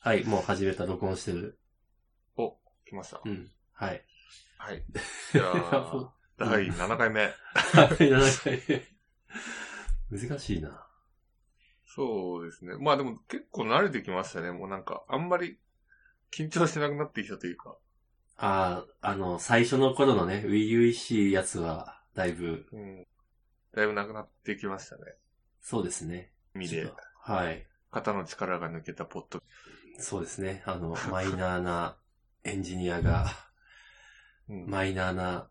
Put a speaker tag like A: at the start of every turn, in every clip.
A: はい、もう始めた、録音してる。
B: 来ました。
A: うん。はい。
B: はい。じゃあ、第7回目。
A: 7回。難しいな。
B: そうですね。まあでも結構慣れてきましたね。もうなんか、あんまり緊張しなくなってきたというか。
A: ああ、あの、最初の頃のね、初々しいやつは、だいぶ、
B: うん。だいぶなくなってきましたね。
A: そうですね。
B: 身
A: ちょっ
B: で
A: と。はい。
B: 肩の力が抜けたポット。
A: そうですね。あの、 マイナーなエンジニアが、
B: うん。
A: マイナーな、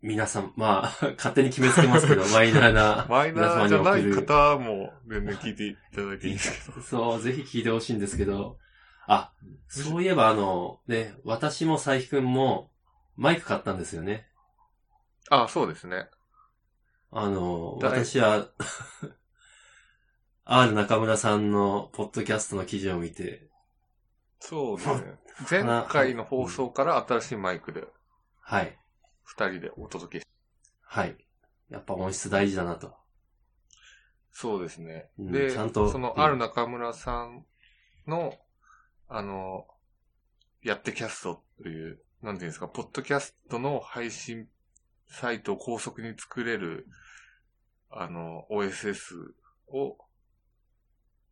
A: 皆さん、まあ、勝手に決めつけますけ ど、マイナーな、
B: マイナーじゃない
A: 皆様に送る
B: 方も全然聞いていただいていいんですけ ど。
A: そう、ぜひ聞いてほしいんですけど、あ、そういえばあの、ね、私も佐伯くんもマイク買ったんですよね。
B: あ、そうですね。
A: あの、
B: 誰
A: 私は、R 中村さんのポッドキャストの記事を見て、
B: そ うですね。前回の放送から新しいマイクで
A: はい、
B: 二人でお届けし
A: はい。やっぱ音質大事だなと。
B: そうですね。
A: うん
B: で、
A: ちゃんと
B: その、
A: うん
B: ある中村さんの、あの、やってキャストという、なんていうんですか、ポッドキャストの配信サイトを高速に作れる、あの、OSS を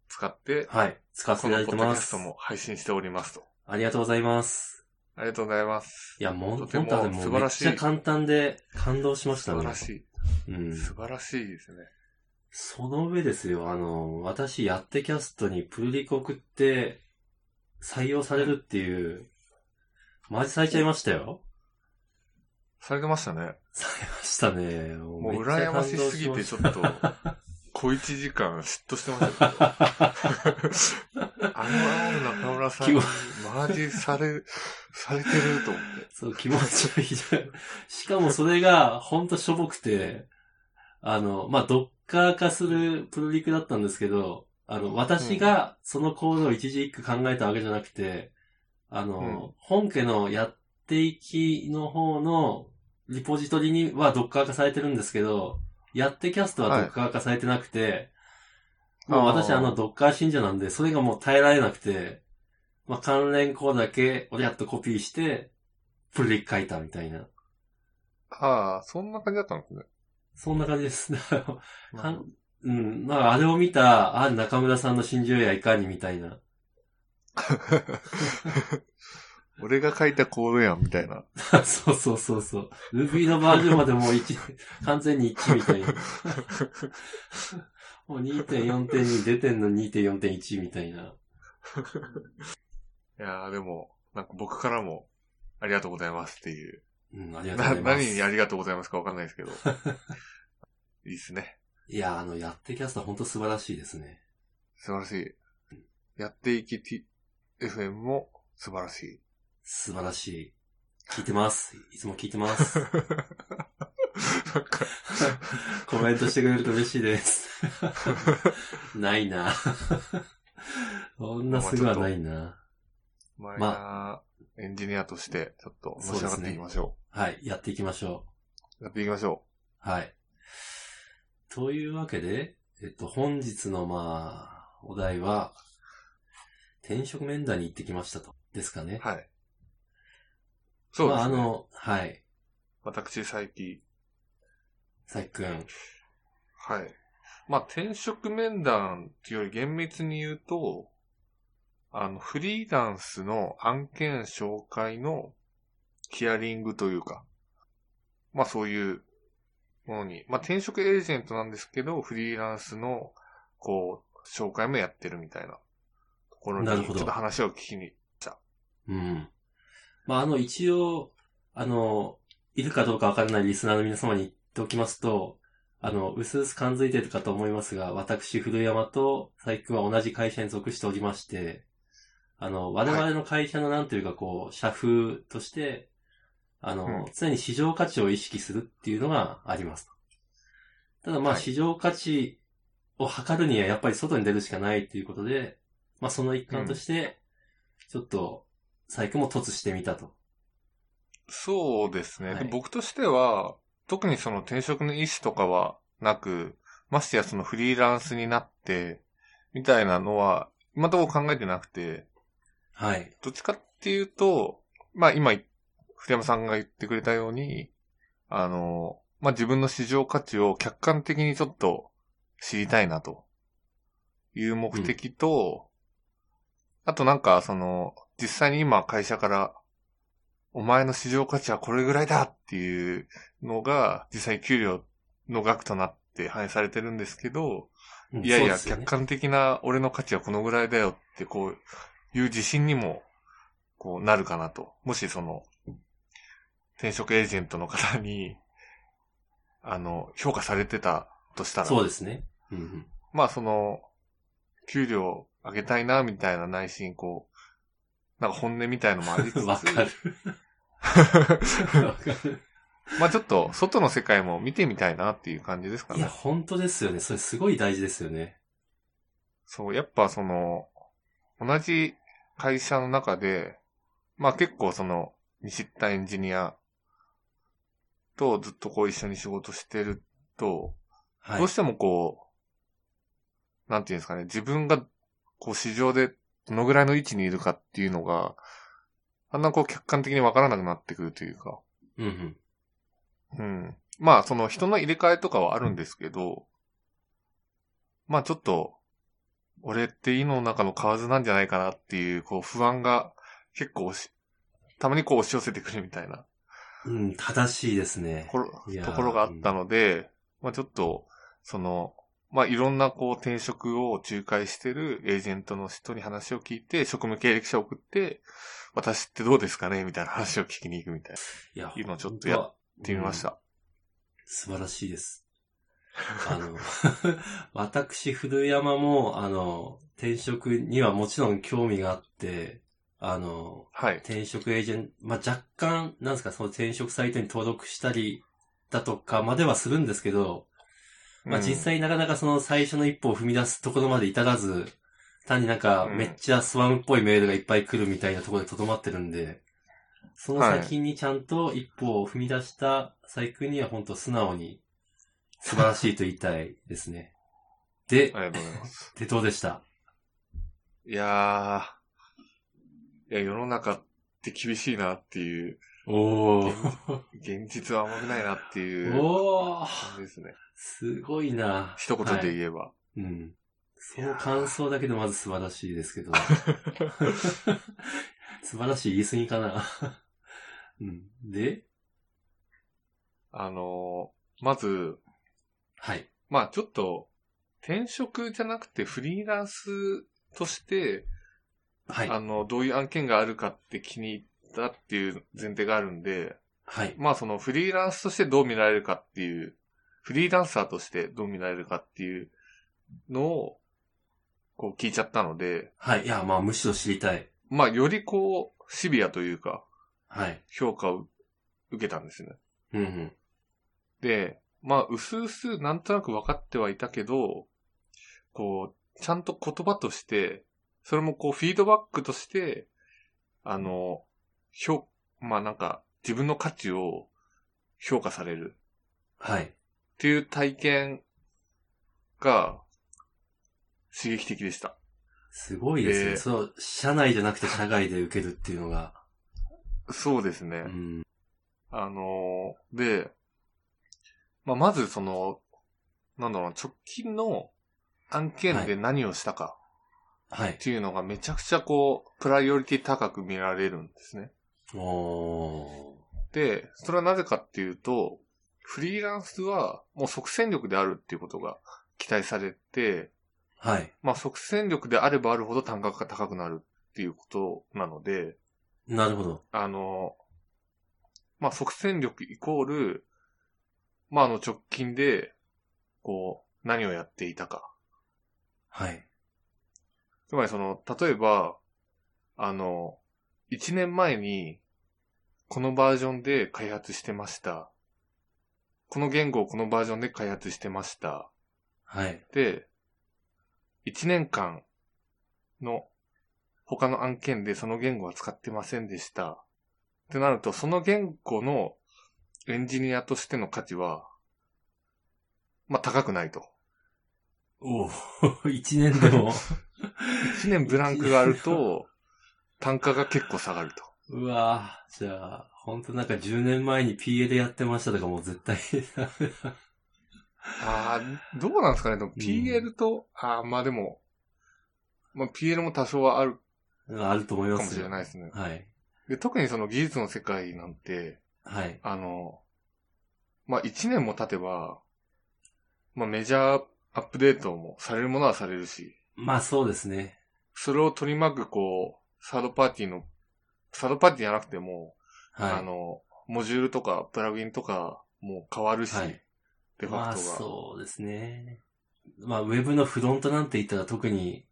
B: 使って、
A: はい、使わせ
B: こ
A: ていただ
B: の
A: いて
B: ポッドキャ
A: ま
B: ス
A: す
B: ト。も配信しておりますと。
A: ありがとうございます。
B: ありがとうございます。
A: いや、もう、
B: と
A: 本
B: ても
A: 当はねもう
B: 素
A: め
B: 晴
A: っ
B: らしい
A: ちゃ簡単で感動しました
B: 素
A: ね。
B: 晴らし
A: うん
B: い。。素晴らしいですね。
A: その上ですよ、あの、私、やってキャストにプルリコ送って、採用されるっていう、マジされちゃいましたよ。
B: されてましたね。
A: されましたね。も
B: もう羨ましすぎて、ちょっと、 小一時間嫉妬してましたけど。 あの、中村さんに
A: 気
B: マージされ、されてると思って。
A: そう、気持ち悪いじゃん。しかもそれが、ほんとしょぼくて、あの、まあ、ドッカー化するプルリクだったんですけど、あの、私がそのコードを一時一句考えたわけじゃなくて、あの、
B: うん
A: 本家のやっていきの方のリポジトリにはドッカー化されてるんですけど、やってキャストはドッカー化されてなくて、
B: はい
A: もう私
B: あー
A: あのドッカー信者なんで、それがもう耐えられなくて、まあ、関連項だけ、俺やっとコピーして、プルリック書いたみたいな。
B: ああ、そんな感じだったんですね。
A: そんな感じです。だから か
B: なん
A: うん、まあ、あれを見た、あ、中村さんの信じようやいかにみたいな。
B: 俺が書いたコードやん、みた いな。
A: そうそうそうそう。Ruby のバージョンまでもう一 完全に1みたいな。もう2.4.2出てんの2.4.1みたいな。
B: いやーでも、なんか僕からも、ありがとうございますっていう。
A: うん、ありがとうご
B: な、
A: ざいます。
B: 何にありがとうございますかわかんないですけ ど。いいっすね。
A: いや、あの、やってキャスト本当素晴らしいですね。
B: 素晴らしい。やっていき T、FM も素晴らしい。
A: 素晴らしい。聞いてます。いつも聞いてます。
B: なんか、
A: コメントしてくれると嬉しい です。ないな。そんなすぐはないな。
B: マイナーエンジニアとして、ちょっと、のし上がっていきましょ
A: はい、やっていきましょ
B: う。やっていきましょ
A: う。はい。というわけで、えっと、本日のまあ、お題は、転職面談に行ってきましたと。ですかね
B: う。。はい。そうで
A: まあ、あ
B: すね。
A: の、はい、
B: 私、最近。
A: さっくん。
B: はい。まあ、転職面談っていうより厳密に言うと、あの、フリーランスの案件紹介のヒアリングというか、まあそういうものに、まあ転職エージェントなんですけど、フリーランスの、こう、紹介もやってるみたいなところに、
A: なる
B: ち
A: ほ
B: ょ
A: ど
B: っと話を聞きに
A: うん。まあ、あの、一応、あの、いるかどうかわからないリスナーの皆様に言っておきますと、あの、うすうす感づいてるかと思いますが、私、古山と佐伯は同じ会社に属しておりまして、あの、我々の会社のなんというか、こう、社風として、あの、
B: うん
A: 常に市場価値を意識するっていうのがあります。ただ、まあ、
B: はい
A: 市場価値を測るにはやっぱり外に出るしかないっていうことで、まあ、その一環として、ちょっと、細工も突してみたと。
B: そうですね、
A: はい
B: で。僕としては、特にその転職の意思とかはなく、ましてやそのフリーランスになって、みたいなのは、今のところ考えてなくて、
A: はい。
B: どっちかっていうと、まあ今、古山さんが言ってくれたように、あの、まあ自分の市場価値を客観的にちょっと知りたいなという目的と、あとなんかその、実際に今会社から、お前の市場価値はこれぐらいだっていうのが、実際給料の額となって反映されてるんですけど、
A: うん
B: いやいや、
A: そうですよ
B: 客
A: ね。
B: 観的な俺の価値はこのぐらいだよって、こういう自信にも、こうなるかなと。もしその、転職エージェントの方に、あの、評価されてたとしたら、
A: そうですね。うんうん。
B: まあその、給料上げたいな、みたいな内心、こう、なんか本音みたいのもありつ つ、
A: わ かる。わかる。
B: まあちょっと、外の世界も見てみたいなっていう感じですか
A: いや、
B: ね。
A: 本当ですよね。それすごい大事ですよね。
B: そう、やっぱその、同じ会社の中で、まあ結構その、西田エンジニアとずっとこう一緒に仕事してると、
A: はい
B: どう。してもこう、なんていうんですかね、自分がこう市場でどのぐらいの位置にいるかっていうのが、あんなこう客観的にわからなくなってくるというか、
A: うんうん。
B: うん。まあ、その人の入れ替えとかはあるんですけど、まあちょっと、俺っていいの中の蛙なんじゃないかなっていう、こう不安が結構押し、たまにこう押し寄せてくるみたいな
A: うん、正しいですね
B: と。ころ
A: いやー
B: ところがあったので、まあちょっと、その、まあいろんなこう転職を仲介してるエージェントの人に話を聞いて、職務経歴者を送って、私ってどうですかねみたいな話を聞きに行くみたいな。
A: いや、
B: 今ちょっとやっ行ってみまし
A: うん
B: た。
A: 素晴らしいです。あの、 私、古山も、あの、転職にはもちろん興味があって、あの、
B: はい。
A: 転職エージェント、まあ、若干、なんですか、その転職サイトに登録したりだとかまではするんですけど、まあ、
B: うん
A: 実際なかなかその最初の一歩を踏み出すところまで至らず、単になんか
B: うん
A: めっちゃスワムっぽいメールがいっぱい来るみたいなところでとどまってるんで、その先にちゃんと一歩を踏み出した細工には本当素直に素晴らしいと言いたいです ね。で
B: あ、りがとうございます。
A: でどうでした
B: いやー、いや、世の中って厳しいなっていう、
A: おー。
B: 現実は甘くないなっていう
A: おー。
B: 感じですね。
A: すごいな
B: 一言
A: はい
B: で言えば。
A: うん。その感想だけでまず素晴らしいです けど。素晴らしい言い過ぎかな。うん、で、
B: あのーまず、
A: はい。
B: まあちょっと、転職じゃなくてフリーランスとして、
A: はい。
B: あの、どういう案件があるかって気に入ったっていう前提があるんで、
A: はい。
B: まあそのフリーランスとしてどう見られるかっていう、フリーランサーとしてどう見られるかっていうのを、こう聞いちゃったので、
A: はい。いや、まあ、むしろ知りたい。
B: まあ、よりこう、シビアというか、
A: はい。
B: 評価を受けたんですね。
A: うん、うん。
B: で、まあ、うすうすなんとなく分かってはいたけど、こう、ちゃんと言葉として、それもこう、フィードバックとして、あの、評、まあなんか、自分の価値を評価される
A: はい。
B: っていう体験が、刺激的でした。
A: すごいですね。
B: えー
A: そう、社内じゃなくて社外で受けるっていうのが。
B: そうですね。
A: うん。
B: あのーで、まあ、まずその、なんだろうな、直近の案件で何をしたか
A: はい
B: っ。ていうのがめちゃくちゃこう、プライオリティ高く見られるんですね。
A: おー。
B: で、それはなぜかっていうと、フリーランスはもう即戦力であるっていうことが期待されて、
A: はい。
B: まあ即戦力であればあるほど単価が高くなるっていうことなので、
A: なるほど。
B: あの、まあ、即戦力イコール、まあ、あの直近で、こう、何をやっていたか。
A: はい。
B: つまりその、例えば、あの、1年前に、このバージョンで開発してました。この言語をこのバージョンで開発してました。
A: はい。
B: で、1年間の他の案件でその言語は使ってませんでした。ってなると、その言語のエンジニアとしての価値は、まあ高くないと。
A: おー。一年でも。
B: 1年ブランクがある と、単価が結構下がると。
A: うわぁ、じゃあ、ほんとなんか10年前に PA でやってましたとかもう絶対 ダメだ。
B: ああ、どうなんですかね。でも PL と、ああ、まあでも、まあ PL も多少はある
A: あると思い
B: か
A: ま
B: も
A: す
B: し
A: よ
B: れないですね。
A: はい。
B: で特にその技術の世界なんて、
A: はい。
B: あの、まあ1年も経てば、まあメジャーアップデートもされるものはされるし、
A: まあそうですね。
B: それを取り巻くこう、サードパーティーの、サードパーティーじゃなくても、
A: はい。
B: あの、モジュールとかプラグインとかも変わるし、
A: はい
B: デフ
A: ま
B: ァ
A: あ
B: クトが。
A: そうですね。まあウェブのフロントなんて言ったら特 に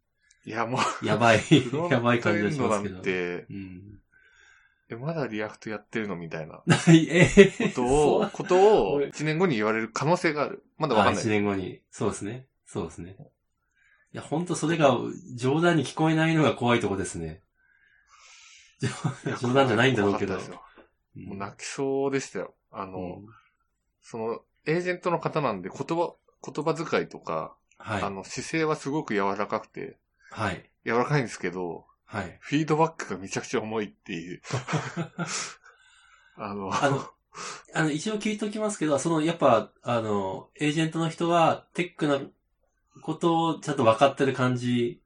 B: いや、もう、
A: や ばい
B: フロ、ン
A: やばい
B: ト
A: 感
B: エ
A: じがし
B: ンド
A: ま
B: な
A: すけど
B: ん。て、
A: うん。
B: え、まだリアクトやってるのみたいな
A: はい、えー
B: こ と
A: そう
B: を、ことを
A: おい
B: 1年後に言われる可能性がある。まだわか
A: あ、
B: んない
A: 一。年後に。そうですね。そうですね。いや、ほんとそれが冗談に聞こえないのが怖いとこですね。冗
B: や
A: 冗談じゃないんだろうけど。
B: 怖かったです
A: うん
B: よもう泣きそうでしたよ。あの、
A: うん
B: その、エージェントの方なんで言葉、言葉遣いとか、あ
A: はい。
B: の、姿勢はすごく柔らかくて、
A: はい。
B: 柔らかいんですけど、
A: はい。
B: フィードバックがめちゃくちゃ重いっ ていう。あの、
A: あの、あの、一応聞いておきますけど、その、やっぱ、あの、エージェントの人は、テックなことをちゃんと分かってる感じ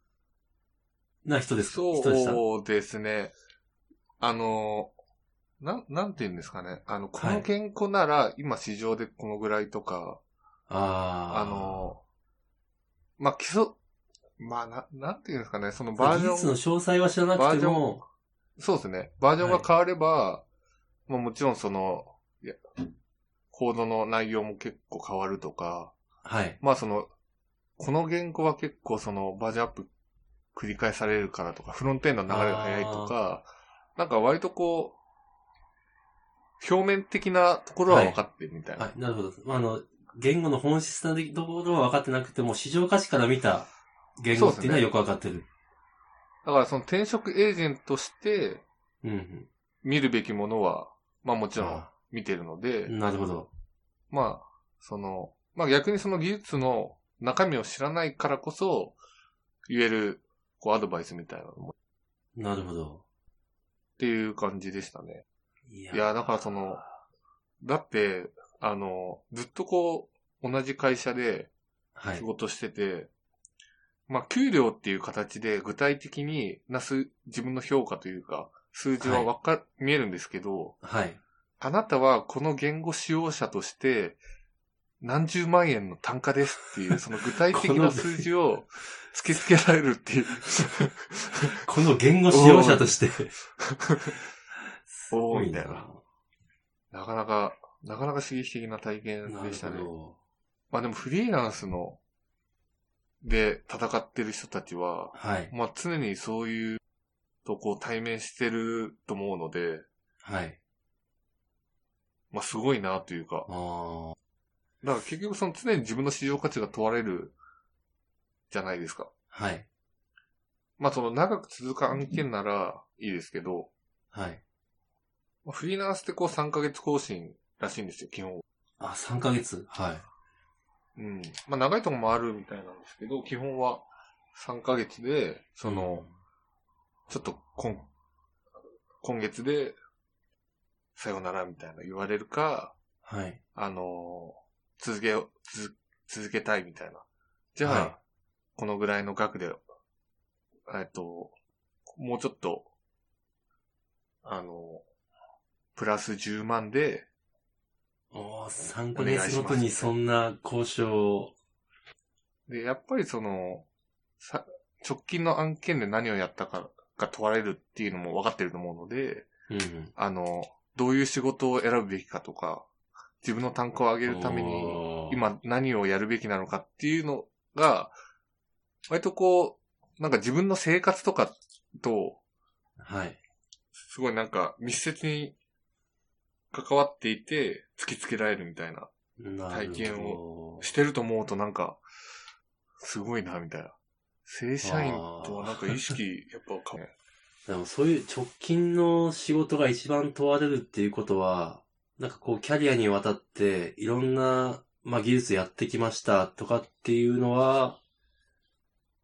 A: な人ですか人でした。
B: そうですね。あの、なん、なんて言うんですかね。あの、こ
A: は
B: の
A: い
B: 健康なら、今市場でこのぐらいとか、
A: ああ。
B: あ、の、まあ、基礎、まあ、な、なんて言うんですかね。そのバージ
A: 技術
B: ョ
A: の
B: ン、
A: 詳細は知らなくても、
B: そうですね。バージョンが変われば、まあ、もちろんその、いやコードの内容も結構変わるとか、
A: はい。
B: まあその、この言語は結構そのバージョンアップ繰り返されるからとか、フロントエンドの流れが早いとか、なんか割とこう、表面的なところは分かってるみたいな。
A: はい、なるほど。まあ、あの、言語の本質なところは分かってなくても、市場価値から見た言語っていうのはよく分かってる。
B: だからその転職エージェントとして
A: うんうん。
B: 見るべきものは、まあもちろん
A: あ
B: 見てるので、
A: なるほど。
B: まあ、その、まあ逆にその技術の中身を知らないからこそ言える、こうアドバイスみたいなのも
A: なるほど。
B: っていう感じでしたね。
A: い
B: いや、だからその、だって、あの、ずっとこう、同じ会社で
A: は
B: 仕
A: い。
B: 事してて、まあ、給料っていう形で具体的になす、自分の評価というか、数字はわか、見えるんですけど、
A: はい。
B: あなたはこの言語使用者として、何十万円の単価ですっていう、その具体的
A: こ
B: な
A: の
B: 数字を突きつけられるっていう。
A: この言語使用者として。
B: お
A: 多
B: ーみたいな。なかなか、なかなか刺激的な体験
A: なる
B: でした
A: ほ
B: ね。
A: ど。
B: まあでもフリーランスの、で戦ってる人たちは、
A: はい。
B: まあ常にそういうとこう対面してると思うので、
A: はい。
B: まあすごいなというか。
A: ああ。
B: だから結局その常に自分の市場価値が問われるじゃないですか。
A: はい。
B: まあその長く続く案件ならいいですけど、
A: はい。
B: まあフリーランスってこう3ヶ月更新らしいんですよ、基本。
A: あ、3ヶ月。はい。
B: うん。まあ長いとこもあるみたいなんですけど、基本は3ヶ月で、その、ちょっと今、今月で、さよならみたいな言われるか、
A: はい。
B: あのー続けよ、続、続けたいみたいな。じゃあ、
A: はい
B: このぐらいの額で、えっと、もうちょっと、あのープラス10万で、
A: おー、3ヶ月ごとにそんな交渉を。
B: で、やっぱりその、さ、直近の案件で何をやったかが問われるっていうのも分かってると思うので、
A: うんうん。
B: あの、どういう仕事を選ぶべきかとか、自分の単価を上げるために、
A: おー、
B: 今何をやるべきなのかっていうのが、割とこう、なんか自分の生活とかと、
A: はい。
B: すごいなんか密接に関わっていて、突きつけられるみたいな。
A: 体
B: 験
A: を
B: してると思うとなんか、すごいな、みたいな。正社員とはなんか意識、やっぱ変わる。
A: でもそういう直近の仕事が一番問われるっていうことは、なんかこうキャリアにわたっていろんな、まあ、技術やってきましたとかっていうのは、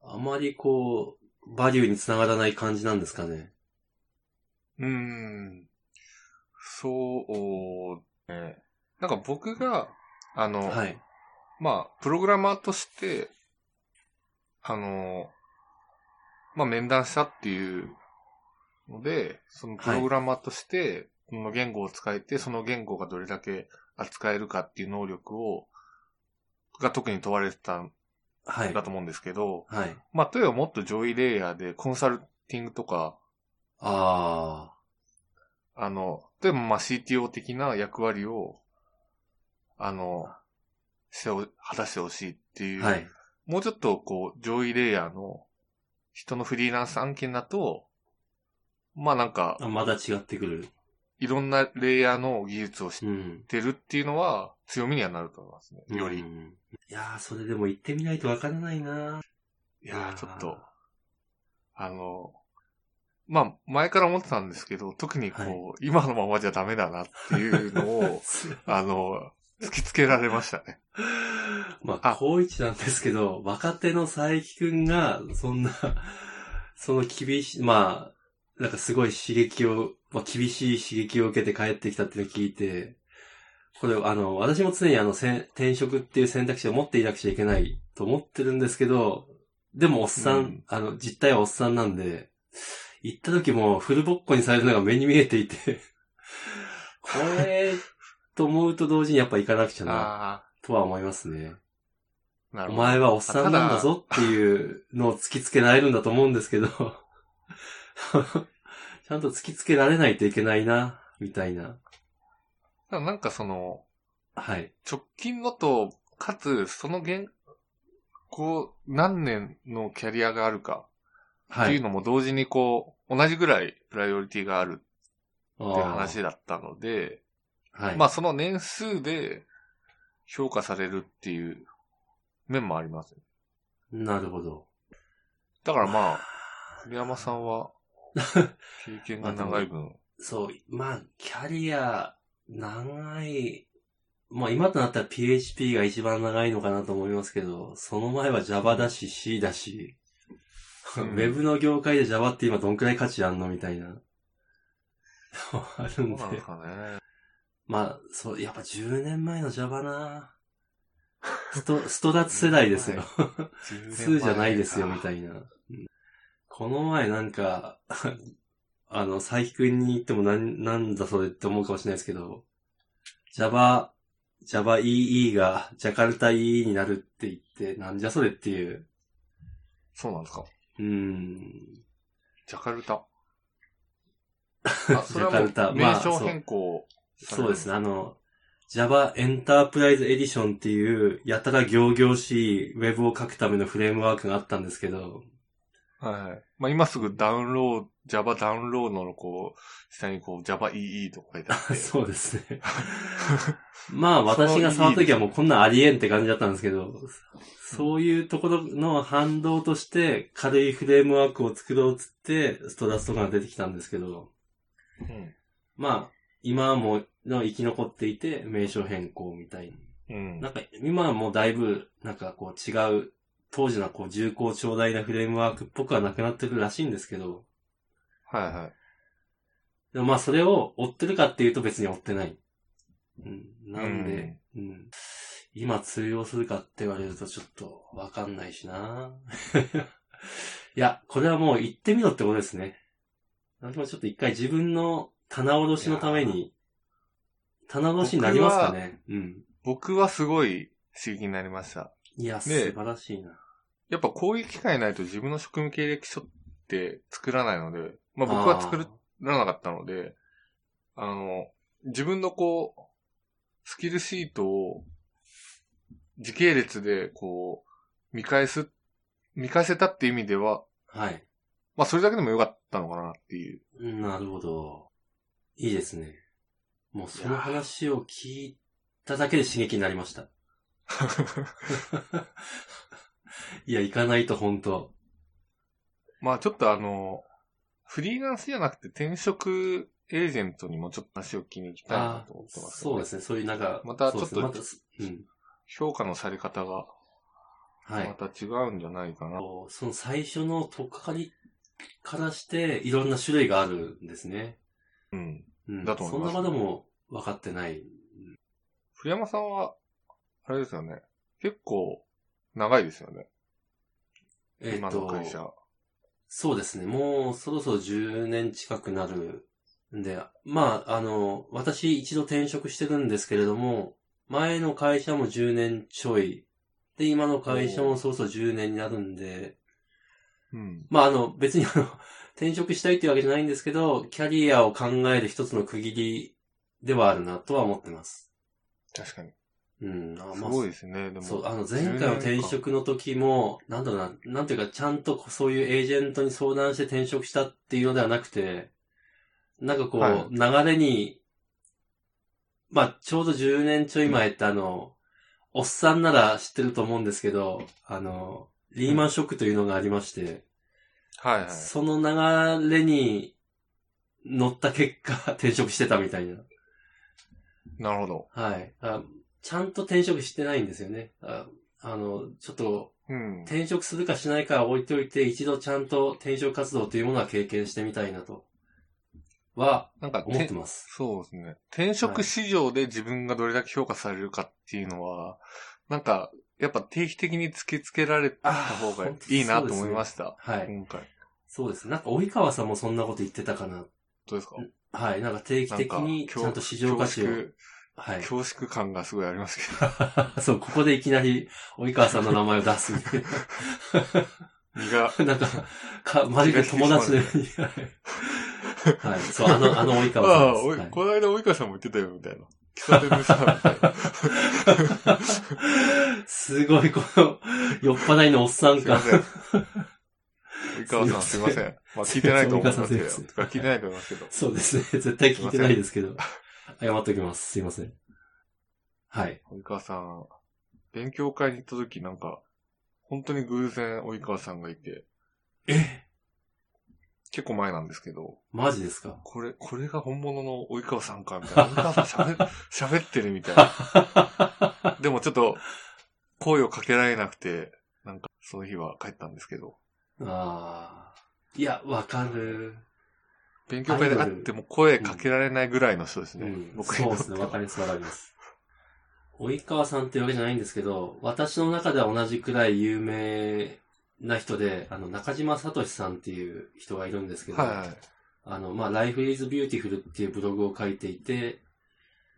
A: あまりこう、バリューにつながらない感じなんですかね。
B: うーん。そう、ね。なんか僕が、あの、
A: はい。
B: まあ、プログラマーとして、あの、まあ、面談したっていうので、そのプログラマーとして、この言語を使えて、その言語がどれだけ扱えるかっていう能力を、が特に問われてたん
A: はい。
B: だと思うんですけど、
A: はい。
B: まあ、例えばもっと上位レイヤーでコンサルティングとか、
A: あ
B: あの、例えばまあ CTO 的な役割を、あの、してほ果たしてほしいってい
A: あ。
B: う、
A: はい。
B: もうちょっとこう、上位レイヤーの人のフリーランス案件だと、まあなんか、
A: あまだ違ってくる。
B: いろんなレイヤーの技術を知っ
A: うん。
B: てるっていうのは強みにはなると思いますね。より。
A: う
B: い
A: んいやー、それでも行ってみないとわからないな
B: やーちょっと、あの、まあ前から思ってたんですけど、特にこう、
A: はい、
B: 今のままじゃダメだなっていうのを あの、突きつけられましたね。
A: まあ、高一なんですけど、若手の佐伯くんが、そんな、その厳しい、まあ、なんかすごい刺激を、まあ、厳しい刺激を受けて帰ってきたっていうのを聞いて、これ、あの、私も常にあの、せん転職っていう選択肢を持っていなくちゃいけないと思ってるんですけど、でもおっさん、
B: うん
A: あの、実態はおっさんなんで、行った時もフルボッコにされるのが目に見えていて、こ れ、と思うと同時にやっぱ行かなくちゃな、
B: あ
A: とは思いますね。
B: あ、な
A: お
B: るほど。
A: 前はおっさんなんだぞっていうのを突きつけられるんだと思うんですけど、 ちゃんと突きつけられないといけないな、みたいな。
B: ただなんかその、
A: はい。
B: 直近のと、かつ、その現、こう、何年のキャリアがあるかっ
A: は
B: て
A: い。
B: いうのも同時にこう、同じぐらいプライオリティがある
A: あ
B: っていう
A: ー
B: 話だったので、
A: はい。
B: まあその年数で評価されるっていう面もあります。
A: なるほど。
B: だからまあ、栗山さんは、経験が長い 分、
A: そう、まあ、キャリア、長い、まあ今となったら PHP が一番長いのかなと思いますけど、その前は Java だし C だし、
B: う
A: ウ
B: ん
A: ェブの業界で Java って今どんくらい価値あんのみたいな。ある
B: そう
A: で
B: んな。んですかね。
A: まあ、そう、やっぱ10年前の Java なスト、ストラツ世代ですよ。
B: 10年前
A: 数じゃないですよ、みたいな。うんこの前なんか、 あの、佐伯くんに言ってもなん、なんだそれって思うかもしれないですけど、Java、Java EE がジャカルタ EE になるって言って、なんじゃそれっていう。
B: そうなんですか。
A: うん。
B: ジャカルタ。 あ、それ
A: ジャ
B: はも
A: カルタ
B: う
A: まあ
B: 名称変更され
A: そう
B: るん
A: で
B: か
A: すね。あの、Java Enterprise Edition っていう、やたら行々しいウェブを書くためのフレームワークがあったんですけど、
B: はいはい。まあ、今すぐダウンロード、Java ダウンロードのこう、下にこう Java EE とか書いてあっ て。
A: そうですね。まあ私が触った時はもうこんなんありえんって感じだったんですけど、そういうところの反動として軽いフレームワークを作ろうっつって、ストラストが出てきたんですけど、
B: うん。
A: まあ、今はもうの生き残っていて、名称変更みたいな。
B: うん。
A: なんか今はもうだいぶ、なんかこう違う、当時のこう重厚長大なフレームワークっぽくはなくなってるらしいんですけど、
B: はいはい。
A: でもまあそれを追ってるかっていうと別に追ってない。うん、なんで、うん今通用するかって言われるとちょっとわかんないしな いや、これはもう行ってみろってことですね。私もちょっと一回自分の棚卸しのために、棚卸しになりますかね。うん。
B: 僕はすごい刺激になりました。
A: いや、素晴らしいな。
B: やっぱこういう機会ないと自分の職務経歴書って作らないので、まあ僕は作
A: あ
B: ら
A: ー
B: なかったので、あの、自分のこう、スキルシートを時系列でこう、見返す、見返せたっていう意味では、
A: はい。
B: まあそれだけでもよかったのかなって いう。
A: なるほど。いいですね。もうその話を聞いただけで刺激になりました。いや、行かないと本当
B: まあちょっとあの、フリーランスじゃなくて転職エージェントにもちょっと話を聞きに行きたいなと思ってます、
A: そうですね。そういうなんか、
B: また
A: そうです
B: ちょっ
A: ね
B: と
A: またすうん。
B: 評価のされ方が
A: はい。
B: また違うんじゃないかな。
A: こうその最初のとっかかりからして、いろんな種類があるんですね。
B: うん。
A: うん。
B: だと思います
A: そんなまでも分かってない。
B: 古山さんは、あれですよね。結構、長いですよね。
A: えー
B: 今の会社。
A: そうですね。もうそろそろ10年近くなるんで、まあ、あの、私一度転職してるんですけれども、前の会社も10年ちょい。で、今の会社もそろそろ10年になるんで、
B: うん。
A: まあ、あの、別にあの、 転職したいっていうわけじゃないんですけど、キャリアを考える一つの区切りではあるなとは思ってます。
B: 確かに。
A: うん。あ
B: す
A: まあ
B: ごいですね。でも。
A: そう、あの、前回の転
B: 10年
A: 職の時も、なんだろうな、なんていうか、ちゃんとこうそういうエージェントに相談して転職したっていうのではなくて、なんかこう、
B: はい
A: 流れに、まあ、ちょうど10年ちょい前ってあの、おっさんなら知ってると思うんですけど、あの、リーマンショックというのがありまして、
B: 間。はいはい。
A: その流れに乗った結果、 転職してたみたいな。
B: なるほど。
A: はい。あちゃんと転職してないんですよね。ああの、ちょっと、
B: うん。
A: 転職するかしないかは置いておいて、一度ちゃんと転職活動というものは経験してみたいなと、は
B: なんか、
A: 思って
B: て
A: ます。
B: そうですね。転職市場で自分がどれだけ評価されるかっていうのは、なんか、やっぱ定期的に突きつけられた方がいいなと思いました。
A: はい。
B: 今回。本
A: そうです。なんか、及川さんもそんなこと言ってたかな。
B: 当ですか
A: はい。なんか、定期的にちゃんと市場価値を。はい。
B: 恐縮感がすごいあります け
A: そう、ここでいきなり、及川さんの名前を出す。
B: ど。身が、
A: なんか、か、まるで友達のように。 はい。そう、あの、あの及
B: あ
A: 川さん
B: あ、
A: です。
B: おい
A: はい
B: この間、及川さんも言ってたよ、みたいな。喫茶店でさ、みたいな。
A: すごい、この、酔っ払いのおっさん
B: すいま
A: 感。
B: せん。及川さん、すいません。まあ、聞いてないと思いますけど。
A: すいません
B: とか聞いてないと思いますけど。
A: そうですね。絶対聞いてないですけど。謝っておきます。すいません。はい。
B: 及川さん、勉強会に行った時なんか、本当に偶然及川さんがいて、
A: え
B: 結構前なんですけど、
A: マジですか
B: これ、これが本物の及川さんか、みたいな。及川さん 喋、喋ってるみたいな。でもちょっと、声をかけられなくて、なんか、その日は帰ったんですけど、
A: あーいや、わかる。
B: 勉強会で会っても声かけられないぐらいの人です
A: う
B: ね。
A: ん。
B: 僕
A: そ
B: に
A: うで
B: とって
A: すね。わか
B: は。
A: ります、わかります。及川さんっていうわけじゃないんですけど、私の中では同じくらい有名な人で、あの、中島聡さんっていう人がいるんですけど、
B: は
A: あの、まあ、Life is Beautiful っていうブログを書いていて、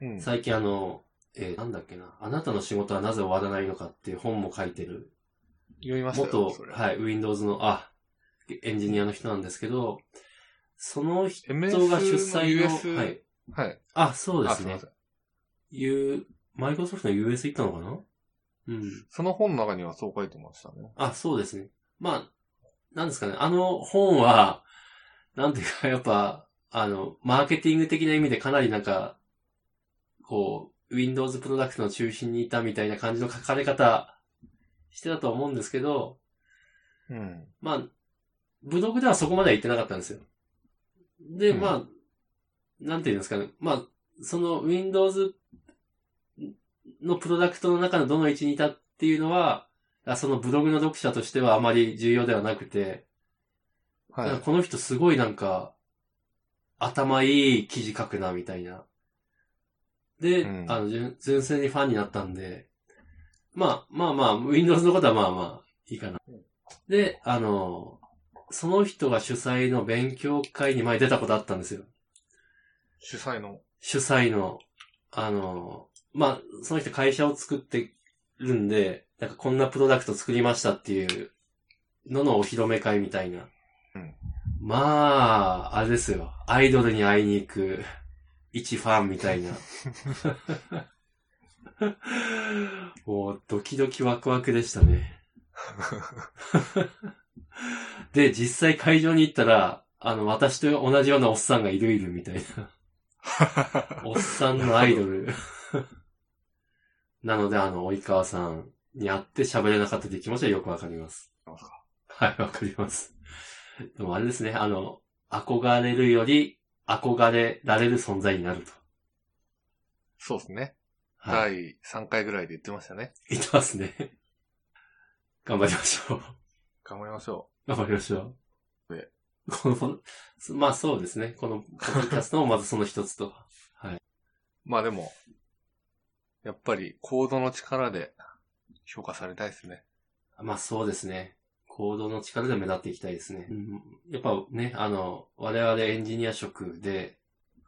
B: い。うん。
A: 最近あの、えーなんだっけな、あなたの仕事はなぜ終わらないのかっていう本も書いてる、
B: 読みましたよ
A: 元、
B: それ。
A: はい、Windows の、あ、エンジニアの人なんですけど、その人
B: MS
A: が主催の、
B: の US
A: はい。
B: はい。
A: あ、そうで
B: あ、
A: す
B: すみま
A: ね
B: せ。ん。
A: U、マイクロソフトの US 行ったのかなうん。
B: その本の中にはそう書いてましたね。
A: あ、そうですね。まあ、なんですかね。あの本は、なんていうか、やっぱ、あの、マーケティング的な意味でかなりなんか、こう、Windows プロダクトの中心にいたみたいな感じの書かれ方してたと思うんですけど、
B: うん。
A: まあ、ブログではそこまでは言ってなかったんですよ。で、
B: うん
A: まあ、なんていうんですかね。まあ、その Windows のプロダクトの中のどの位置にいたっていうのは、あそのブログの読者としてはあまり重要ではなくて、
B: はい
A: だから。この人すごいなんか、頭いい記事書くな、みたいな。で、
B: うん
A: あの、純純粋にファンになったんで、まあまあまあ、Windows のことはまあまあ、いいかな。で、あの、その人が主催の勉強会に前出たことあったんですよ。
B: 主催の。
A: 主催の、あの、まあ、その人会社を作ってるんで、なんかこんなプロダクト作りましたっていうののお披露目会みたいな。
B: うん
A: まあ、あれですよ。アイドルに会いに行く、一ファンみたい な。もう、ドキドキワクワクでしたね。で、実際会場に行ったら、あの、私と同じようなおっさんがいるいるみたいな。おっさんのアイドル。なので、あの、及川さんに会って喋れなかったという気持ちはよくわかります。はい、わかります。でもあれですね、あの、憧れるより憧れられる存在になると。
B: そうですね。
A: はい。
B: 第3回ぐらいで言ってましたね。
A: 言ってますね。頑張りましょう。
B: 頑張りましょ
A: 頑張りましょう。
B: ね
A: このポッ、まあそうですね。このポッドキャストもまずその一つと。
B: う。まあでも、やっぱり行動の力で評価されたいですね。
A: まあそうですね。行動の力で目立っていきたいですね。うんやっぱね、あの、我々エンジニア職で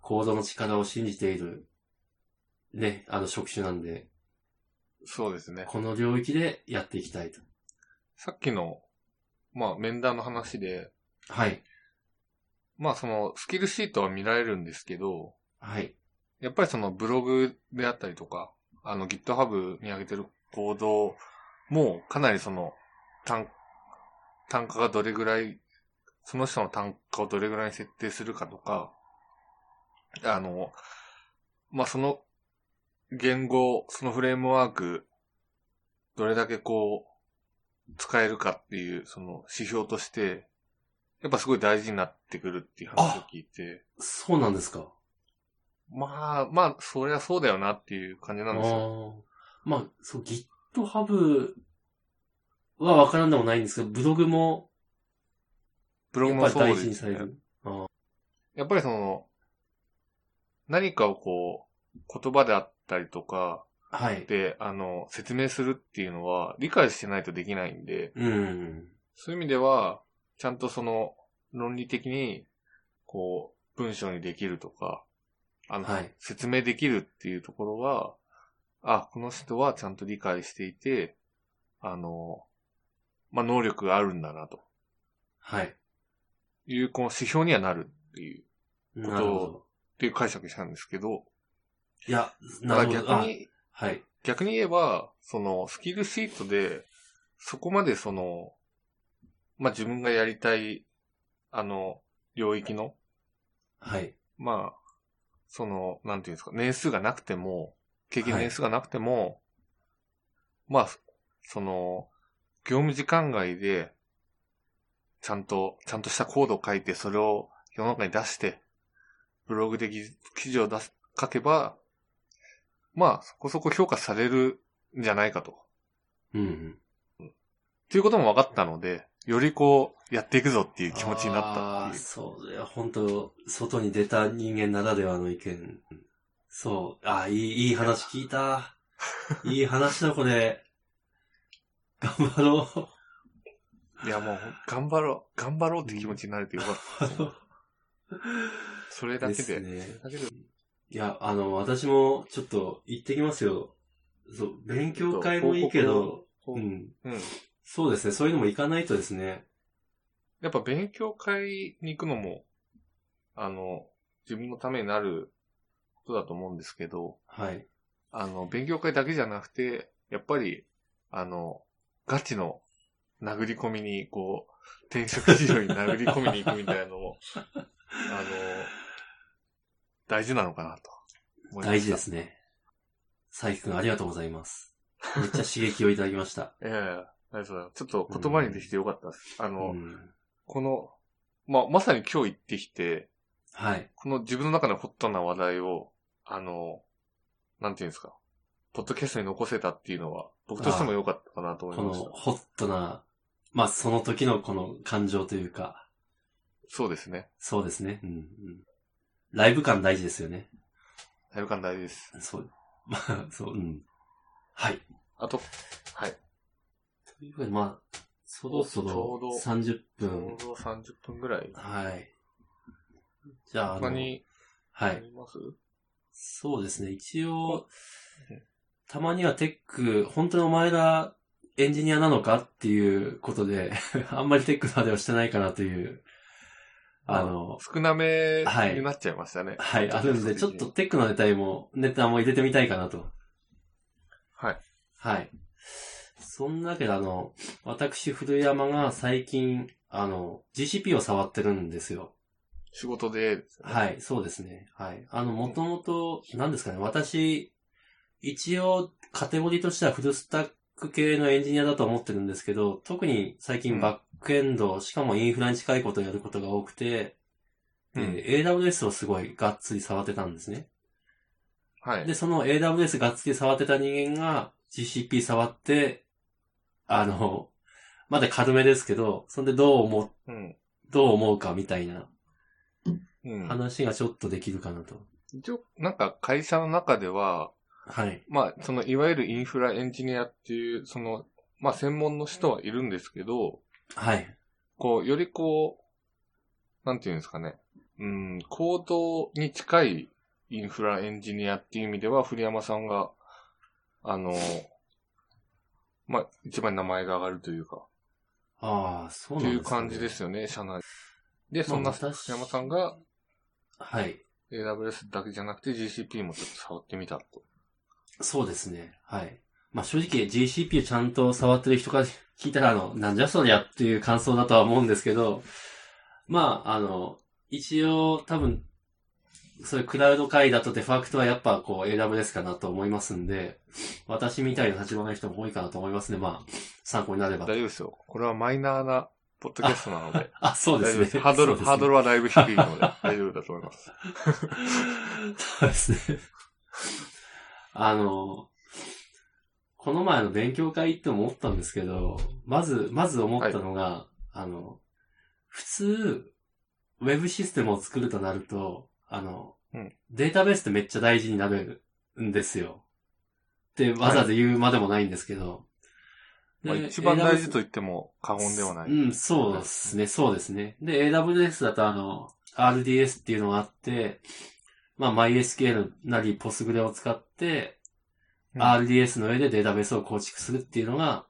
A: 行動の力を信じている、ね、あの職種なんで、
B: そうですね。
A: この領域でやっていきたいと。
B: さっきの、まあ面談の話で、
A: はい。
B: まあそのスキルシートは見られるんですけど、
A: はい。
B: やっぱりそのブログであったりとか、あの GitHub に上げてる行動もかなりその単、単価がどれぐらい、その人の単価をどれぐらいに設定するかとか、あの、まあ、その言語、そのフレームワーク、どれだけこう、使えるかっていう、その指標として、やっぱすごい大事になってくるっていう話を聞いて、
A: そうなんですか。
B: まあ、まあ、そりゃそうだよなっていう感じなんですよ。
A: あーまあ、そう、GitHub はわからんでもないんですけど、ブログも
B: ブロ
A: や
B: グ
A: っ
B: も
A: ぱり
B: そうで
A: 大
B: す、
A: 事
B: ね。
A: にされる。
B: やっぱりその、何かをこう、言葉であったりとか
A: はい。
B: で、あの、説明するっていうのは理解してないとできないんで、
A: うん。
B: そういう意味では、ちゃんとその、論理的に、こう、文章にできるとか、あの、
A: はい
B: 説明できるっていうところは、あ、この人はちゃんと理解していて、あの、まあ、能力があるんだなと。
A: はい。
B: いう、この指標にはなるっていう、っ
A: なるほど。
B: ていう解釈したんですけど、
A: いや、
B: だ
A: な
B: から
A: るほ
B: 逆
A: ど。あ
B: に、
A: はい。
B: 逆に言えば、その、スキルシートで、そこまでその、まあ、自分がやりたい、あの、領域の、
A: はい。
B: まあ、その、なんていうんですか、年数がなくても、経験年数がなくても、まあ、その、業務時間外で、ちゃんと、ちゃんとしたコードを書いて、それを世の中に出して、ブログで記記事を出す、書けば、まあ、そこそこ評価されるんじゃないかと。
A: うんうん。
B: ということも分かったので、よりこう、やっていくぞっていう気持ちになった
A: あ
B: っ
A: ー
B: ていう。
A: そう、いや、本当外に出た人間ならではの意見。そう、あーいい、いい話聞い た。いい話だ、これ。頑張ろう。
B: いや、もう、頑張ろう、頑張ろうって気持ちになれてよかっ たですね。それだけで。
A: ですね。
B: だけで
A: いや、あの、私もちょっと行ってきますよ。そう、勉強会もいいけど、
B: こ
A: う
B: ううん。
A: ん。そうですね、そういうのも行かないとですね。
B: やっぱ勉強会に行くのも、あの、自分のためになることだと思うんですけど、
A: はい。
B: あの、勉強会だけじゃなくて、やっぱり、あの、ガチの殴り込みに、こう、転職市場に殴り込みに行くみたいな のも、あの、大事なのかなと思いました。
A: 大事で。すね。佐伯くん、ありがとうございます。めっちゃ刺激をいただきま した。
B: ええありがとうございますちょっと言葉にできてよかったです。あの、
A: うん
B: この、まあ、まさに今日行ってきて、
A: はい。
B: この自分の中のホットな話題を、あの、なんていうんですか、ポッドキャストに残せたっていうのは、僕としても良かったかなと思い
A: この
B: ました。
A: ホットな、まあその時のこの感情というか、
B: そうですね。
A: そうですね。うんうん、ライブ感大事ですよね。
B: ライブ感大事です。
A: そう。まあ、そう、うん。はい。
B: あと、はい。
A: というふうに、まあ、そろそ
B: ちょ
A: ろ
B: うど
A: 30
B: ちょ
A: 分
B: う。ど30分ぐらい。
A: はい。じゃあ、あ
B: 他
A: の、
B: に、
A: は
B: あ
A: い。
B: ります
A: そうですね。一応、たまにはテック、本当にお前らエンジニアなのかっていうことで、 あんまりテックの話をしてないかなという、あの、
B: 少なめ
A: はい
B: になっちゃいましたね。
A: はい、あるんで、ちょっとテックのネタにも、ネタも入れてみたいかなと。
B: はい。
A: はい。そんなわけで、あの、私、古山が最近、あの、GCP を触ってるんですよ。
B: 仕事でですね、
A: はい、そうですね。はい。あの、もともと、何ですかね、私、一応、カテゴリーとしてはフルスタック系のエンジニアだと思ってるんですけど、特に最
B: う
A: 近
B: ん
A: バックエンド、しかもインフラに近いことをやることが多くて、
B: うん
A: で AWS をすごいがっつり触ってたんですね。
B: はい。
A: で、その AWS がっつり触ってた人間が GCP 触って、あの、まだ軽めですけど、そんでどう思、
B: うん。
A: どう思うかみたいな
B: うん。
A: 話がちょっとできるかなと。
B: 一応、なんか会社の中では、
A: はい。
B: まあ、その、いわゆるインフラエンジニアっていう、その、まあ、専門の人はいるんですけど、
A: はい。
B: こう、よりこう、なんていうんですかね。うん、行動に近いインフラエンジニアっていう意味では、古山さんが、あの、まあ、一番名前が上がるというか、
A: ああ、そう
B: と
A: なん
B: い
A: ですか
B: う
A: ね
B: 感じですよね、社内。で、そん
A: ま
B: な
A: あ
B: 古
A: 私
B: 山さんが
A: はい。
B: AWS だけじゃなくて GCP もちょっと触ってみたと。
A: そうですね。はい。まあ、正直 GCP をちゃんと触ってる人から聞いたら、あの、なんじゃそりゃっていう感想だとは思うんですけど、まあ、あの、一応多分、そういうクラウド会だとデファクトはやっぱこう AWS かなと思いますんで、私みたいな立場の人も多いかなと思いますね。まあ、参考になれば
B: 大。丈夫ですよ。これはマイナーなポッドキャストなので。
A: あ、 そう
B: 大
A: ですね。
B: 丈夫です。ハードル、
A: そうですね
B: ハードルはだいぶ低いので、大丈夫だと思います。
A: そうですね。あの、この前の勉強会行っても思ったんですけど、まず、まず思ったのが、あの、普通、ウェブシステムを作るとなると、あの、
B: うん
A: データベースってめっちゃ大事になるんですよ。ってわざわざ言うまでもないんですけど。
B: まあ、
A: で
B: 一番大事
A: AWS
B: と言っても過言ではない。
A: うん、そうですね、そうですね。で、AWS だとあの、RDS っていうのがあって、まあ、MySQL なり Postgre を使って、
B: うん
A: RDS の上でデータベースを構築するっていうのが、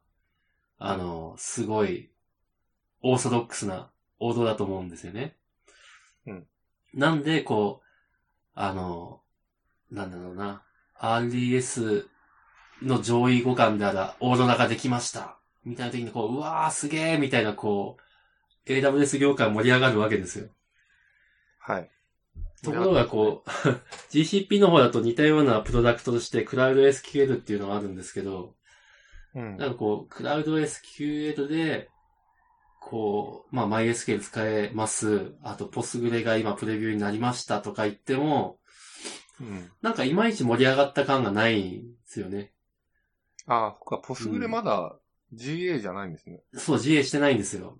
A: あの、すごい、オーソドックスな王道だと思うんですよね。
B: うん。
A: なんで、こう、あの、なんだろうな、RDS の上位互換であるオーロラができました。みたいな時に、こう、うわーすげーみたいな、こう、AWS 業界盛り上がるわけですよ。
B: はい。
A: ところがこう、GCP の方だと似たようなプロダクトとして CloudSQL っていうのがあるんですけど、
B: う、うん。
A: なんかこう、CloudSQL で、こう、まあ、MySQL 使えます。あと、Postgre が今プレビューになりましたとか言っても、
B: うん、
A: なんかいまいち盛り上がった感がないんですよね。
B: ああ、そっか、ポスグレ
A: うん
B: まだ GA じゃないんですね。
A: そう、GA してないんですよ。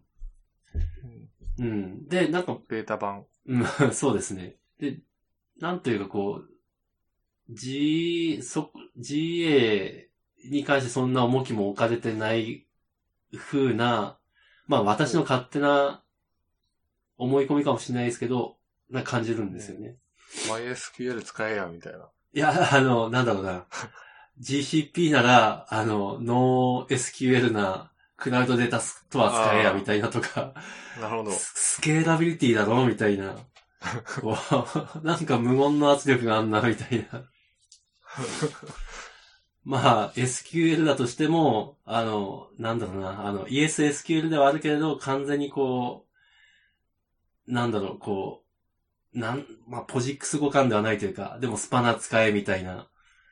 A: う
B: うん
A: ん。で、なんか、
B: ベータ版。
A: うん、 そうですね。で、なんというかこう、G、そ、GA に関してそんな重きも置かれてない風な、まあ私の勝手な思い込みかもしれないですけど、な感じるんですよね。
B: MySQL 使えや、みたいな。
A: いや、あの、なんだろうな。GCP なら、あの、NoSQL なクラウドデータストア使えや、
B: あー
A: みたいなとか。
B: な るほど。
A: ススケーラビリティだろみたいな。こう なんか無言の圧力があんな、みたいな。まあ、SQL だとしても、あの、なんだろうな、あの、ESSQL ではあるけれど、完全にこう、なんだろう、こう、なん、まあ、ポジックス互換ではないというか、でもスパナ使えみたいな。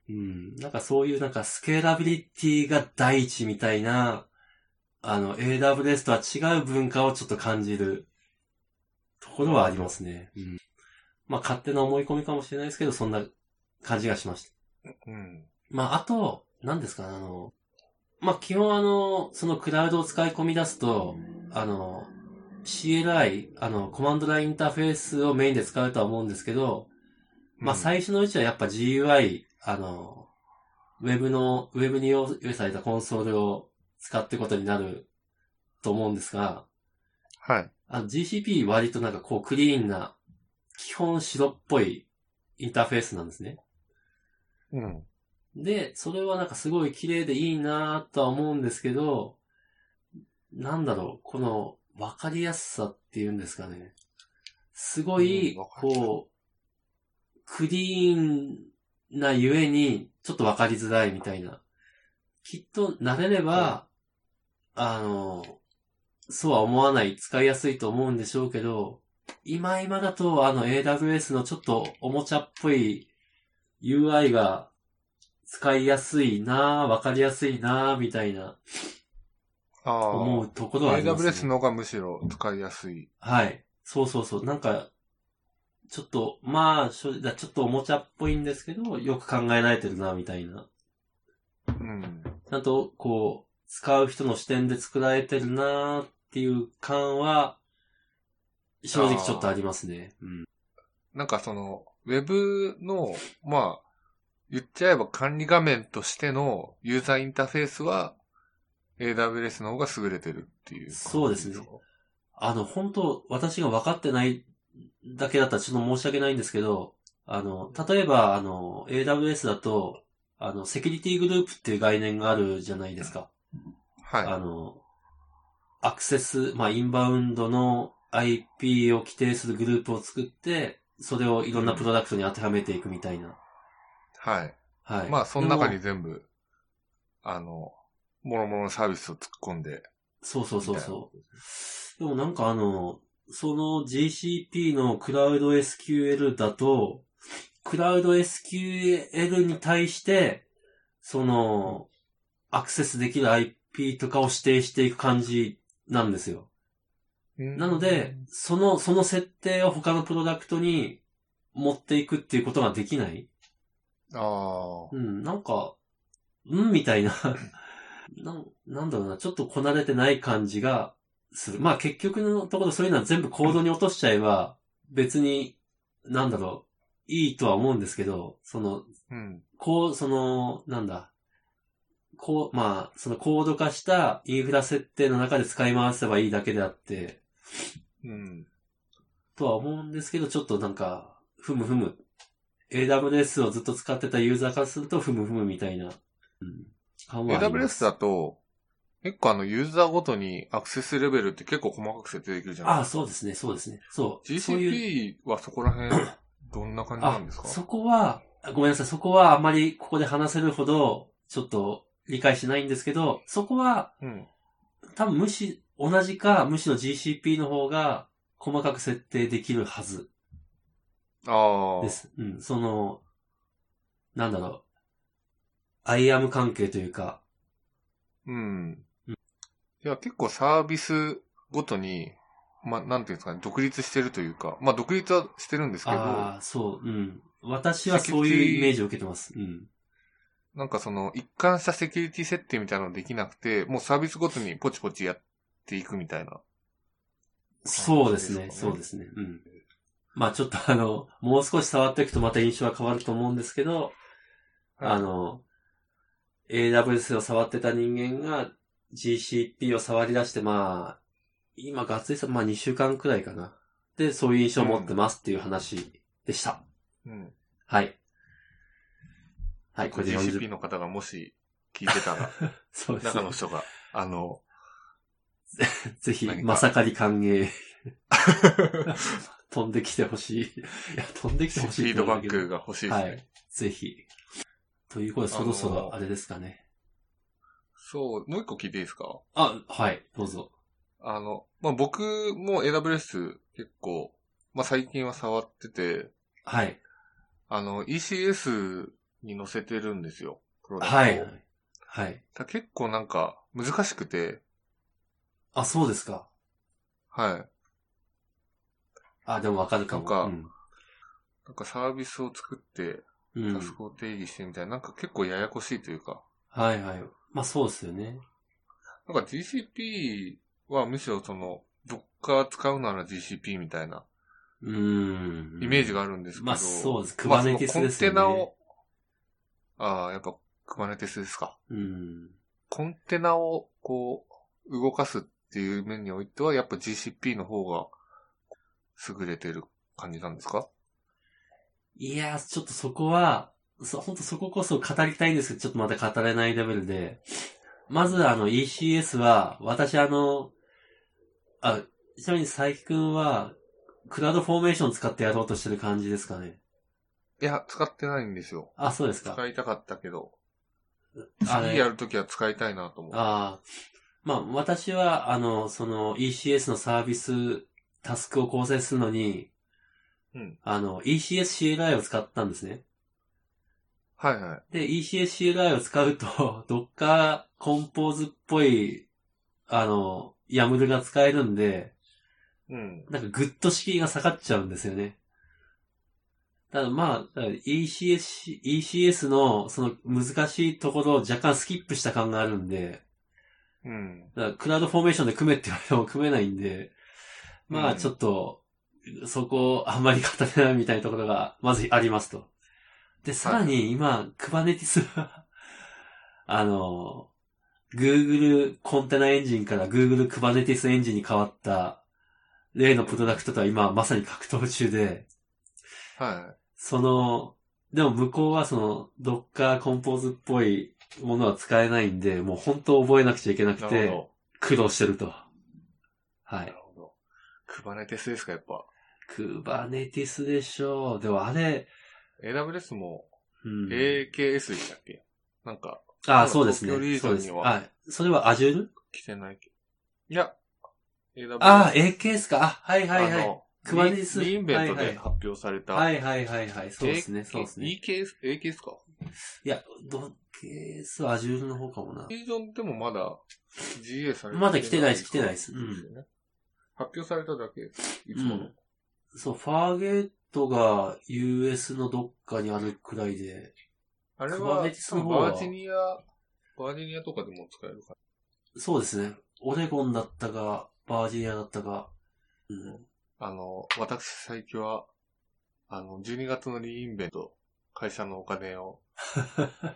A: うん、なんかそういうなんかスケーラビリティが第一みたいな、あの、AWS とは違う文化をちょっと感じるところはありますね。うん。まあ、勝手な思い込みかもしれないですけど、そんな感じがしました。
B: うん。
A: まあ、あと、何ですかね、あの、まあ、基本あの、そのクラウドを使い込み出すと、あの、CLI、あの、コマンドラインインターフェースをメインで使うとは思うんですけど、まあ、
B: うん
A: 最初のうちはやっぱ GUI、あの、ウェブの、ウェブに用意されたコンソールを使ってことになると思うんですが、
B: はい。
A: あの GCP 割となんかこうクリーンな、基本白っぽいインターフェースなんですね。
B: うん。
A: で、それはなんかすごい綺麗でいいなとは思うんですけど、なんだろう、このわかりやすさっていうんですかね。すごい、
B: うんわかる
A: こう、クリーンなゆえに、ちょっとわかりづらいみたいな。きっと慣れれば、あの、そうは思わない、使いやすいと思うんでしょうけど、今今だとあの AWS のちょっとおもちゃっぽい UI が使いやすいなぁ、わかりやすいなぁ、みたいな
B: ああ。
A: 思うところはあります、ね。
B: AWS の方がむしろ使いやすい。
A: はい。そうそうそう。なんか、ちょっと、まあ、正直だちょっとおもちゃっぽいんですけど、よく考えられてるな、みたいな。
B: うん。
A: ちゃんと、こ使う人の視点で作られてるなーっていう感は、正直ちょっとありますね。うん。
B: なんかその、ウェブの、まあ、言っちゃえば管理画面としてのユーザーインターフェースは AWS の方が優れてるっていう。
A: そうですね。あの、本当私が分かってないだけだったらちょっと申し訳ないんですけど、あの、例えば、あの、AWS だと、あの、セキュリティグループっていう概念があるじゃないですか。あ
B: は
A: の、アクセス、まあ、インバウンドの IP を規定するグループを作って、それをいろんなプロダクトに当てはめていくみたいな。
B: い。はい。
A: はい。
B: まあ、その中に
A: でも。
B: 全部、あの、もろもろのサービスを突っ込んで。
A: そうそうそうそう。でもなんかあの、その GCP のクラウド SQL だと、クラウド SQL に対して、その、アクセスできる IP とかを指定していく感じなんですよ。な
B: な
A: ので、その、その設定を他のプロダクトに持っていくっていうことができない。
B: ああ、
A: うん、なんか、うんみたいな なん、なんだろうな、ちょっとこなれてない感じがする。まあ結局のところそういうのは全部行動に落としちゃえば、別に、なんだろう、いいとは思うんですけど、その、
B: うん。
A: こう、その、なんだ、こう、まあ、その高度化したインフラ設定の中で使い回せばいいだけであって、
B: うん。
A: とは思うんですけど、ちょっとなんか、ふむふむ。AWS をずっと使ってたユーザーからすると、ふむふむみたいな。うん。感はあります
B: AWS だと、結構あの、ユーザーごとにアクセスレベルって結構細かく設定できるじゃない
A: ああ、そうですね、そうですね。そう。そういう
B: GCP はそこら辺、どんな感じな
A: あ
B: んです、か
A: そこは、ごめんなさい、そこはあんまりここで話せるほど、ちょっと理解してないんですけど、そこは、
B: うん。
A: 多分無視、同じか、むしろ GCP の方が、細かく設定できるはず。
B: ああ
A: で。す。うん、その、なんだろう。アイアム関係というか、
B: うん。いや、結構サービスごとに、まあ、なんていうんですかね、独立してるというか、まあ、独立はしてるんですけど、
A: ああ、そう、うん。私はそういうイメージを受けてます。うん。
B: なんかその、一貫したセキュリティ設定みたいなのできなくて、もうサービスごとにポチポチやっていくみたいな。
A: そうですね、
B: そ
A: そうう
B: で
A: ですね。うん。 まあちょっとあの、もう少し触っていくとまた印象は変わると思うんですけど、あの、AWS を触ってた人間が GCP を触り出して、まあ、今がっつりさ、まあ2週間くらいかな。で、そういう印象を持ってますっていう話でした。
B: うん。
A: はい。はい、これで
B: GCP
A: 40
B: の方がもし聞いて たら、
A: そうです
B: 中
A: ね
B: の。人が、あ の、
A: ぜひ
B: 何、か
A: まさかり歓迎。飛んできてほしい。 いや、飛んでき
B: フ
A: てほしい
B: ィ
A: って
B: ード
A: 言うんだ
B: バッ
A: けど
B: クが欲しいですね。
A: はい。ぜひ。ということで、
B: あ
A: そ
B: の
A: ろ
B: ー
A: そろあれですかね。
B: そう、もう一個聞いていいですか
A: あ、はい、どうぞ。
B: あの、まあ、僕も AWS 結構、まあ、最近は触ってて、
A: はい。
B: あの、ECS に載せてるんですよ。プロダクトを
A: はい。はい。
B: だ結構なんか難しくて、
A: あ、そうですか。
B: はい。
A: あ、でもわかるかも。
B: なんなんかサービスを作って、
A: うん。う
B: タス
A: ん。
B: クを定義してみたいな、なんか結構ややこしいというか、
A: はいはい。まあそうですよね。
B: なんか GCP はむしろその、Docker 使うなら GCP みたいな
A: うーん。
B: イメージがあるんですけど、
A: まあそうです。ク
B: まあ
A: バネティスですよね。
B: そのコンテナを、ああ、やっぱ Kubernetes ですか。
A: うん。
B: コンテナをこう、動かすっていう面においては、やっぱ GCP の方が優れてる感じなんですか
A: いやー、ちょっとそこは、そ、本当そここそ語りたいんですけど、ちょっとまだ語れないレベルで。まずあの ECS は、私あの、あ、ちなみに佐伯くんは、クラウドフォーメーション使ってやろうとしてる感じですかね。
B: いや、使ってないんですよ。
A: あ、そうですか。
B: 使いたかったけど、
A: あ
B: 次
A: れ
B: やるときは使いたいなと思う。
A: ああ。まあ、私は、あの、その ECS のサービス、タスクを構成するのに、
B: うん
A: あの、ECSCLI を使ったんですね。
B: はいはい。
A: で、ECSCLI を使うと、Docker Compose っぽい、あの、YAML が使えるんで、
B: うん。
A: なんかグッと敷居が下がっちゃうんですよね。ただまあ、だから ECS、ECS のその難しいところを若干スキップした感があるんで、
B: うん。
A: だからクラウドフォーメーションで組めって言われても組めないんで、ま
B: う
A: あ
B: ん
A: ちょっと、そこをあんまり語れないみたいなところが、まずありますと。で、さらに今、クバネティスは、 あの、Google コンテナエンジンから Google クバネティスエンジンに変わった例のプロダクトとは今まさに格闘中で、
B: は。
A: その、でも向こうはその、ドッカーコンポーズっぽいものは使えないんで、もう本当覚えなくちゃいけないく
B: なる
A: て、
B: ほ
A: 苦労してると。は
B: ど。ないる。ほど。クバネテスですか、やっぱ。
A: クバネティスでしょう。でもあれ、
B: AWS も
A: うん。
B: AKS でしたっけ、なんか、
A: ああ、そうですね。
B: 東京リー
A: そう
B: ド
A: で
B: に
A: す。
B: は
A: あ、それは Azure?
B: 来てないけど。いや、AWS。
A: ああ、AKS か。あ、はいはいは
B: あ
A: い。
B: の
A: クバネティス
B: リインベント
A: はいは
B: で
A: い
B: 発表された。
A: はいはいはいはい。そうですね、そうですね。
B: EKS、AKS か。
A: いや、ドッケースは Azure の方かもな。
B: リージョンでもまだ GA されて
A: まだ来てないです来てないですうん
B: よね発表されただけです。いつもの。
A: うんそう、ファーゲートが US のどっかにあるくらいで。
B: あれ
A: クバ
B: は、
A: ネティスの方は
B: バージニア、バージニアとかでも使えるか
A: そうですね。オレゴンだったか、バージニアだったか。うん。
B: ら。あの、私最近は、あの、12月のリーインベント、会社のお金 を、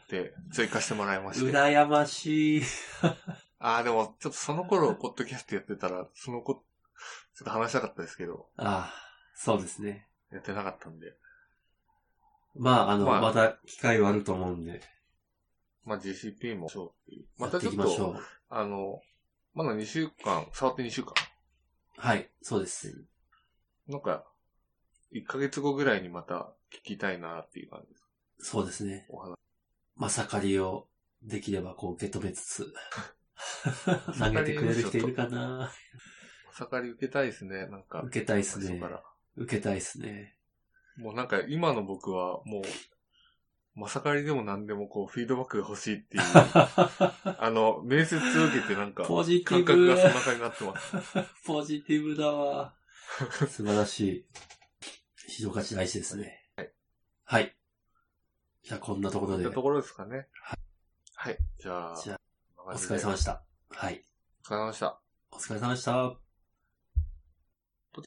B: で、追加してもらいまして。
A: 羨ましい。
B: ああ、でも、ちょっとその頃、ポッドキャストやってたら、そのこ、ちょっと話したかったですけど、
A: ああ、そうですね。
B: やってなかったんで。
A: まあ、あの、
B: まあ
A: また機会はあると思うんで。
B: まあ、GCP もそうっていう。ま
A: や
B: た
A: って
B: ち
A: い
B: ょ
A: き
B: っ
A: まし
B: と、
A: ょう。
B: あの、まだ2週間、触って2週間。
A: はい、そうです。
B: なんか、1ヶ月後ぐらいにまた聞きたいなっていう感じです。
A: そうですね。
B: お話。
A: まさかりをできればこう受け止めつ つ。投げてくれる人いるかな
B: お盛り受けたいですね、なんか。
A: 受けたいっす
B: 最初
A: ね
B: か。ら。
A: 受けたいっすね。
B: もうなんか、今の僕は、もう、まさかりでも何でもこう、フィードバックが欲しいっ ていう、あの、面接受けてなんか、
A: ポジティ
B: 感覚
A: ブ
B: がそんな感じになってます。
A: ポジティブだわ。素晴らしい。非常価値大事ですね。はい。じゃあこんなところ
B: とい
A: で
B: った、ところですかね。はい。じゃあ、
A: じゃあ
B: お
A: お疲れ様でした。はい。
B: お疲れ様でした。
A: お疲れ様でした。